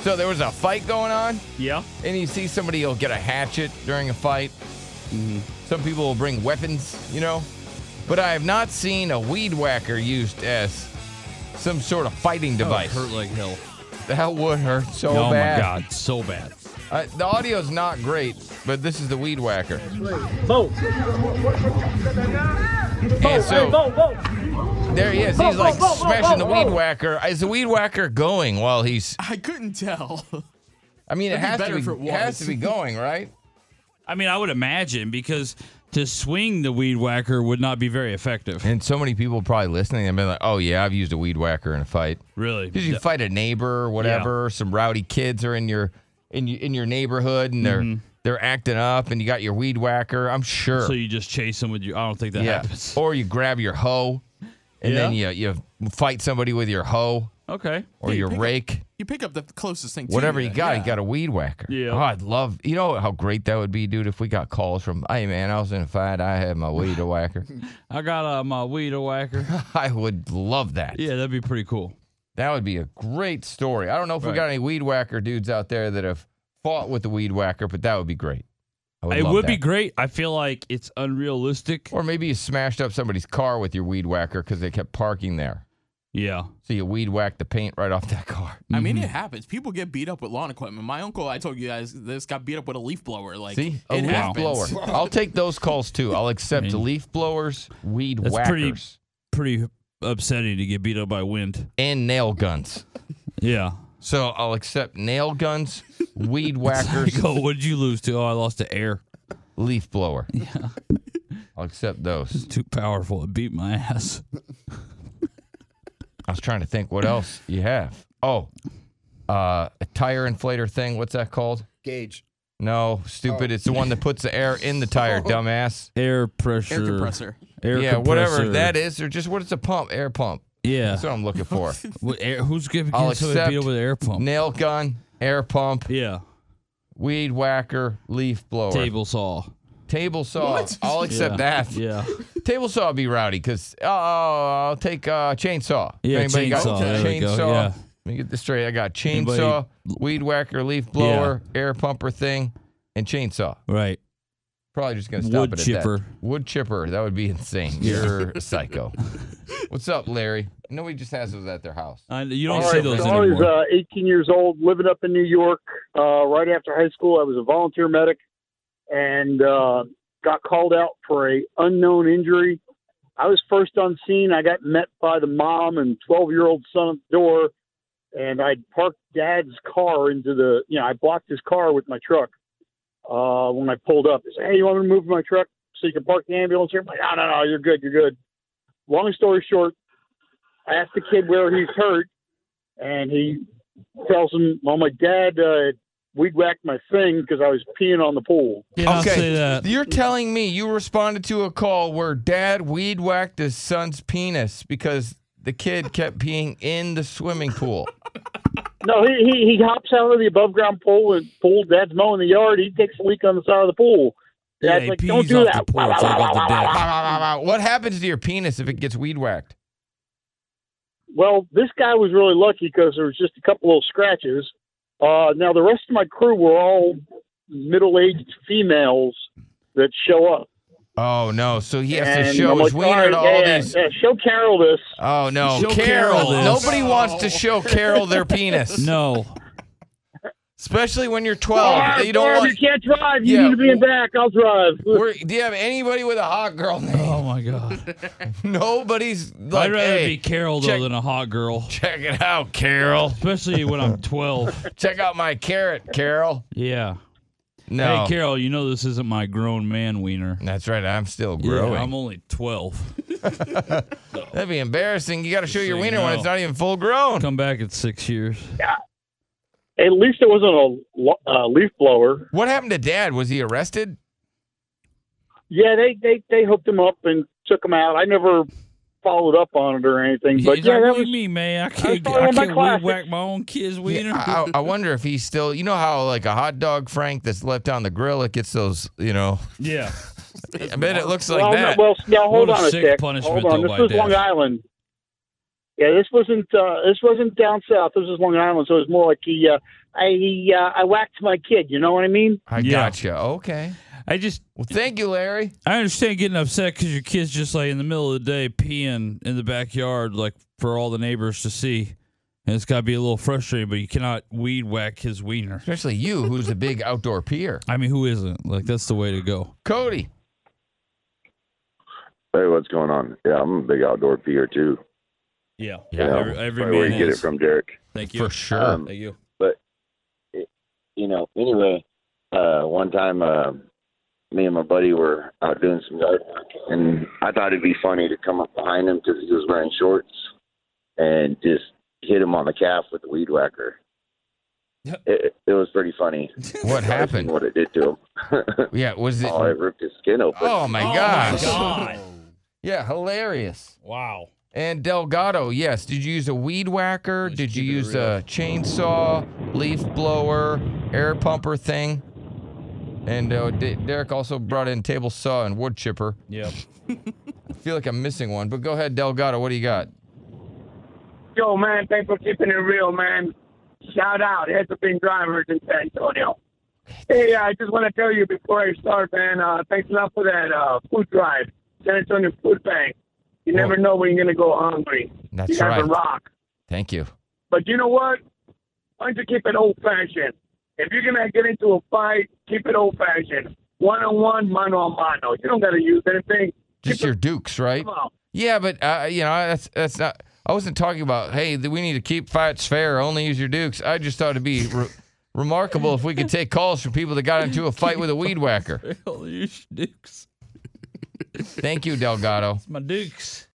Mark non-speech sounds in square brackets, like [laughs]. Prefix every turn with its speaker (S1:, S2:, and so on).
S1: So there was a fight going on,
S2: Yeah.
S1: and you see somebody will get a hatchet during a fight.
S2: Mm-hmm.
S1: Some people will bring weapons, you know. But I have not seen a weed whacker used as some sort of fighting device.
S2: Hurt like hell.
S1: That would hurt so
S2: oh
S1: bad.
S2: my god, so bad.
S1: Uh, the audio's not great, but this is the weed whacker.
S3: Vote.
S1: And so
S3: vote, vote.
S1: there he is.
S3: Vote,
S1: He's like
S3: vote, vote, vote,
S1: smashing the
S3: vote,
S1: weed
S3: vote.
S1: whacker. Is the weed whacker going while he's?
S4: I couldn't tell.
S1: [laughs] I mean, it
S4: It'd be
S1: has
S4: better if
S1: to
S4: it
S1: be. It has
S4: was.
S1: to be going, right?
S2: I mean, I would imagine because to swing the weed whacker would not be very
S1: [laughs]
S2: effective.
S1: And so many people probably listening have been like, "Oh yeah, I've used a weed whacker in a fight."
S2: Really?
S1: Because you fight a neighbor or whatever, some rowdy kids are in your in y- in your neighborhood and they're they're acting up, and you got your weed whacker. I'm sure.
S2: Mm-hmm. So you just chase them with your. I don't think that
S1: yeah.
S2: happens.
S1: Or you grab your hoe, and then you
S2: Yeah.
S1: you fight somebody with your hoe
S2: Okay.
S1: or
S4: you
S1: your
S4: pick up-
S1: rake.
S4: You pick up the closest thing.
S1: Whatever
S4: to
S1: you got,
S4: yeah.
S1: you got a weed whacker.
S2: Yeah.
S1: Oh, I'd love. You know how great that would be, dude, if we got calls from, "Hey man, I was in a fight. I had my
S2: [laughs]
S1: weed whacker."
S2: I got uh, my
S1: [laughs]
S2: weed whacker.
S1: I would love that.
S2: yeah, that'd be pretty cool.
S1: That would be a great story. I don't know if we
S2: Right.
S1: got any weed whacker dudes out there that have fought with the weed whacker, but that would be great. I would
S2: it
S1: love
S2: would be
S1: that.
S2: great. I feel like it's unrealistic.
S1: Or maybe you smashed up somebody's car with your weed whacker because they kept parking there.
S2: Yeah.
S1: So you weed whacked the paint right off that car.
S4: I mean, it happens. People get beat up with lawn equipment. My uncle, I told you guys, this got beat up with a leaf blower. Like,
S1: See, a
S4: it
S1: leaf
S2: [laughs]
S4: happens.
S1: blower. I'll take those calls too. I'll accept
S2: mean,
S1: leaf blowers, weed
S2: that's
S1: whackers,
S2: pretty- Pretty upsetting to get beat up by wind.
S1: and nail guns. [laughs]
S2: Yeah.
S1: So I'll accept nail
S2: [laughs]
S1: guns, weed
S2: Like,
S1: whackers,
S2: oh, what did you lose to? Oh, I lost to air.
S1: leaf blower. Yeah. [laughs] I'll accept those.
S2: Too powerful. It beat my ass.
S1: I was trying to think what else you have. Oh, uh, a tire inflator thing. What's that called?
S5: Gauge.
S1: No, stupid. It's the one that puts the air in the tire, dumbass.
S2: Air pressure.
S4: [laughs] Air compressor.
S2: Air
S1: yeah, whatever
S2: compressor.
S1: that is, or just what is a pump? Air pump.
S2: Yeah.
S1: That's what I'm
S2: [laughs]
S1: looking for.
S2: What, air, who's giving
S1: I'll
S2: somebody
S1: accept
S2: beat up with an air pump?
S1: Nail gun, air pump,
S2: yeah.
S1: weed whacker, leaf blower,
S2: Table saw.
S1: Table saw. I'll accept
S2: yeah.
S1: that.
S2: Yeah.
S1: Table saw would be rowdy because oh, I'll take uh, chainsaw. If
S2: Yeah,
S1: anybody got-
S2: chainsaw, there we go,
S1: chainsaw.
S2: yeah.
S1: Let me get this straight. I got chainsaw, weed whacker, leaf blower, air pumper thing, and chainsaw.
S2: Right.
S1: Probably just gonna stop
S2: Wood
S1: it at
S2: chipper.
S1: that. Wood chipper. That would be insane.
S2: [laughs]
S1: You're a psycho. What's up, Larry? Nobody just has those at their house.
S2: I, you don't
S6: All
S2: see
S6: right,
S2: those
S6: so I was
S2: anymore.
S6: uh, 18 years old, living up in New York. Uh, right after high school, I was a volunteer medic and uh, got called out for a unknown injury. I was first on scene. I got met by the mom and 12 year old son at the door, and I parked dad's car into the. You know, I blocked his car with my truck. Uh, when I pulled up, he said, "Hey, you want me to move my truck so you can park the ambulance here?" I'm like, "No, no, no, you're good, you're good." Long story short, I asked the kid where he's hurt and he tells him, "Well, my dad uh, weed whacked my thing because I was peeing on the pool."
S2: Did I say that?
S1: You're telling me you responded to a call where dad weed whacked his son's penis because the kid kept peeing in the swimming pool.
S6: No, he, he he hops out of the above ground pool and pool. Dad's mowing the yard. He takes a leak on the side of the pool.
S2: Yeah,
S6: Dad's
S2: he
S6: like,
S2: pees
S6: "Don't do
S2: off
S6: that."
S2: the porch, like off the deck.
S1: what happens to your penis if it gets weed whacked?
S6: Well, this guy was really lucky because there was just a couple little scratches. Uh, now the rest of my crew were all middle-aged females that show up.
S1: Oh no! So he has to
S6: And
S1: show
S6: I'm
S1: his
S6: like,
S1: wiener
S6: "All
S1: to
S6: right,
S1: all
S6: yeah,
S1: these.
S6: yeah, show Carol this.
S1: Oh no,
S2: Show
S1: Carol!
S2: Carol this.
S1: Nobody wants to show Carol their penis,
S2: No.
S1: especially when you're 12.
S6: Barb,
S1: You don't [laughs]
S6: Barb,
S1: want.
S6: you can't drive. You
S1: Yeah,
S6: need to be in
S1: well-
S6: back. I'll drive.
S1: Where, do you have anybody with a hot girl name?
S2: [laughs] Oh my god.
S1: Nobody's like,
S2: I'd rather
S1: hey,
S2: be [laughs] Carol
S1: check-
S2: though than a hot girl,
S1: check it out, Carol.
S2: especially when I'm 12.
S1: Check out my carrot, Carol.
S2: Yeah.
S1: No,
S2: Hey Carol, you know this isn't my grown man wiener.
S1: that's right. I'm still growing.
S2: Yeah, I'm only 12.
S1: That'd be embarrassing. You got to show your
S2: so you
S1: wiener when
S2: know.
S1: it's not even full grown.
S2: Come back in six years.
S6: At least it wasn't a lo- uh, leaf blower.
S1: What happened to Dad? Was he arrested?
S6: Yeah, they they they hooked him up and took him out. I never followed up on it or anything, but
S2: He's
S6: yeah,
S2: like,
S6: that
S2: what do
S6: was
S2: you mean, man? I can't,
S6: following
S2: I
S6: my
S2: can't
S6: classic.
S2: weed whack my own kids' wiener.
S6: [laughs]
S1: I, I- I wonder if he's still. You know how like a hot dog Frank that's left on the grill, it gets those. You
S6: [laughs]
S1: know,
S2: yeah.
S1: I bet it looks like
S6: well,
S1: that.
S6: No, well, now hold
S2: What a
S6: on a
S2: sick
S6: sec.
S2: punishment,
S6: Hold on,
S2: though,
S6: this
S2: by
S6: was
S2: death.
S6: Long Island. Yeah, this wasn't uh, this wasn't down south. This was Long Island, so it was more like he uh, I he, uh, I whacked my kid. You know what I mean?
S1: I
S2: Yeah.
S1: gotcha. Okay.
S2: I just,
S1: Well, thank you, Larry.
S2: I understand getting upset because your kid's just like in the middle of the day peeing in the backyard, like for all the neighbors to see. And it's got to be a little frustrating, but you cannot weed whack his wiener.
S1: Especially you, who's a big outdoor peer.
S2: I mean, who isn't? Like, that's the way to go.
S1: Cody.
S3: Hey, what's going on? Yeah, I'm a big outdoor peer too.
S2: Yeah.
S3: You know,
S2: Every, every
S3: probably where
S2: man
S3: you get it
S2: is.
S3: from, Derek.
S2: Thank you.
S1: For sure.
S3: Um,
S2: Thank you.
S3: you know, anyway, uh, one time, uh, me and my buddy were out doing some yard work, and I thought it'd be funny to come up behind him because he was wearing shorts and just hit him on the calf with the
S2: [laughs]
S3: weed whacker.
S2: Yep.
S3: It, it was pretty funny.
S1: What
S3: [laughs]
S1: happened?
S3: What it did to him.
S1: Yeah, was it?
S3: oh, it ripped his skin open.
S1: Oh my gosh.
S2: God.
S1: [laughs] Yeah, hilarious.
S2: Wow.
S1: And Delgado, yes. Did you use a weed whacker?
S2: Let's
S1: Did you
S2: keep it
S1: use
S2: real.
S1: a chainsaw, leaf blower, air pumper thing? And uh, D- Derek also brought in table saw and wood chipper.
S2: Yep.
S1: I feel like I'm missing one, but go ahead, Delgado. What do you got?
S5: Yo, man, thanks for keeping it real, man. Shout out, heads up in drivers in San Antonio. Hey, I just want to tell you before I start, man, uh, thanks a lot for that uh, food drive, San Antonio Food Bank. You
S1: Whoa.
S5: never know when you're going to go hungry.
S1: Oh. That's
S5: you guys
S1: right.
S5: a rock.
S1: Thank you.
S5: But you know what? Why don't you keep it old fashioned? If you're going to get into a fight, keep it old fashioned. One on one, mano a mano. You don't got to use anything.
S1: Just your dukes, right?
S5: Come on.
S1: Yeah, but uh, you know that's that's not. I wasn't talking about hey th- we need to keep fights fair. Only use your dukes. I just thought it'd be re- remarkable if we could take calls from people that got into a fight with a weed whacker.
S2: Well, you dukes.
S1: Thank you, Delgado.
S2: My dukes.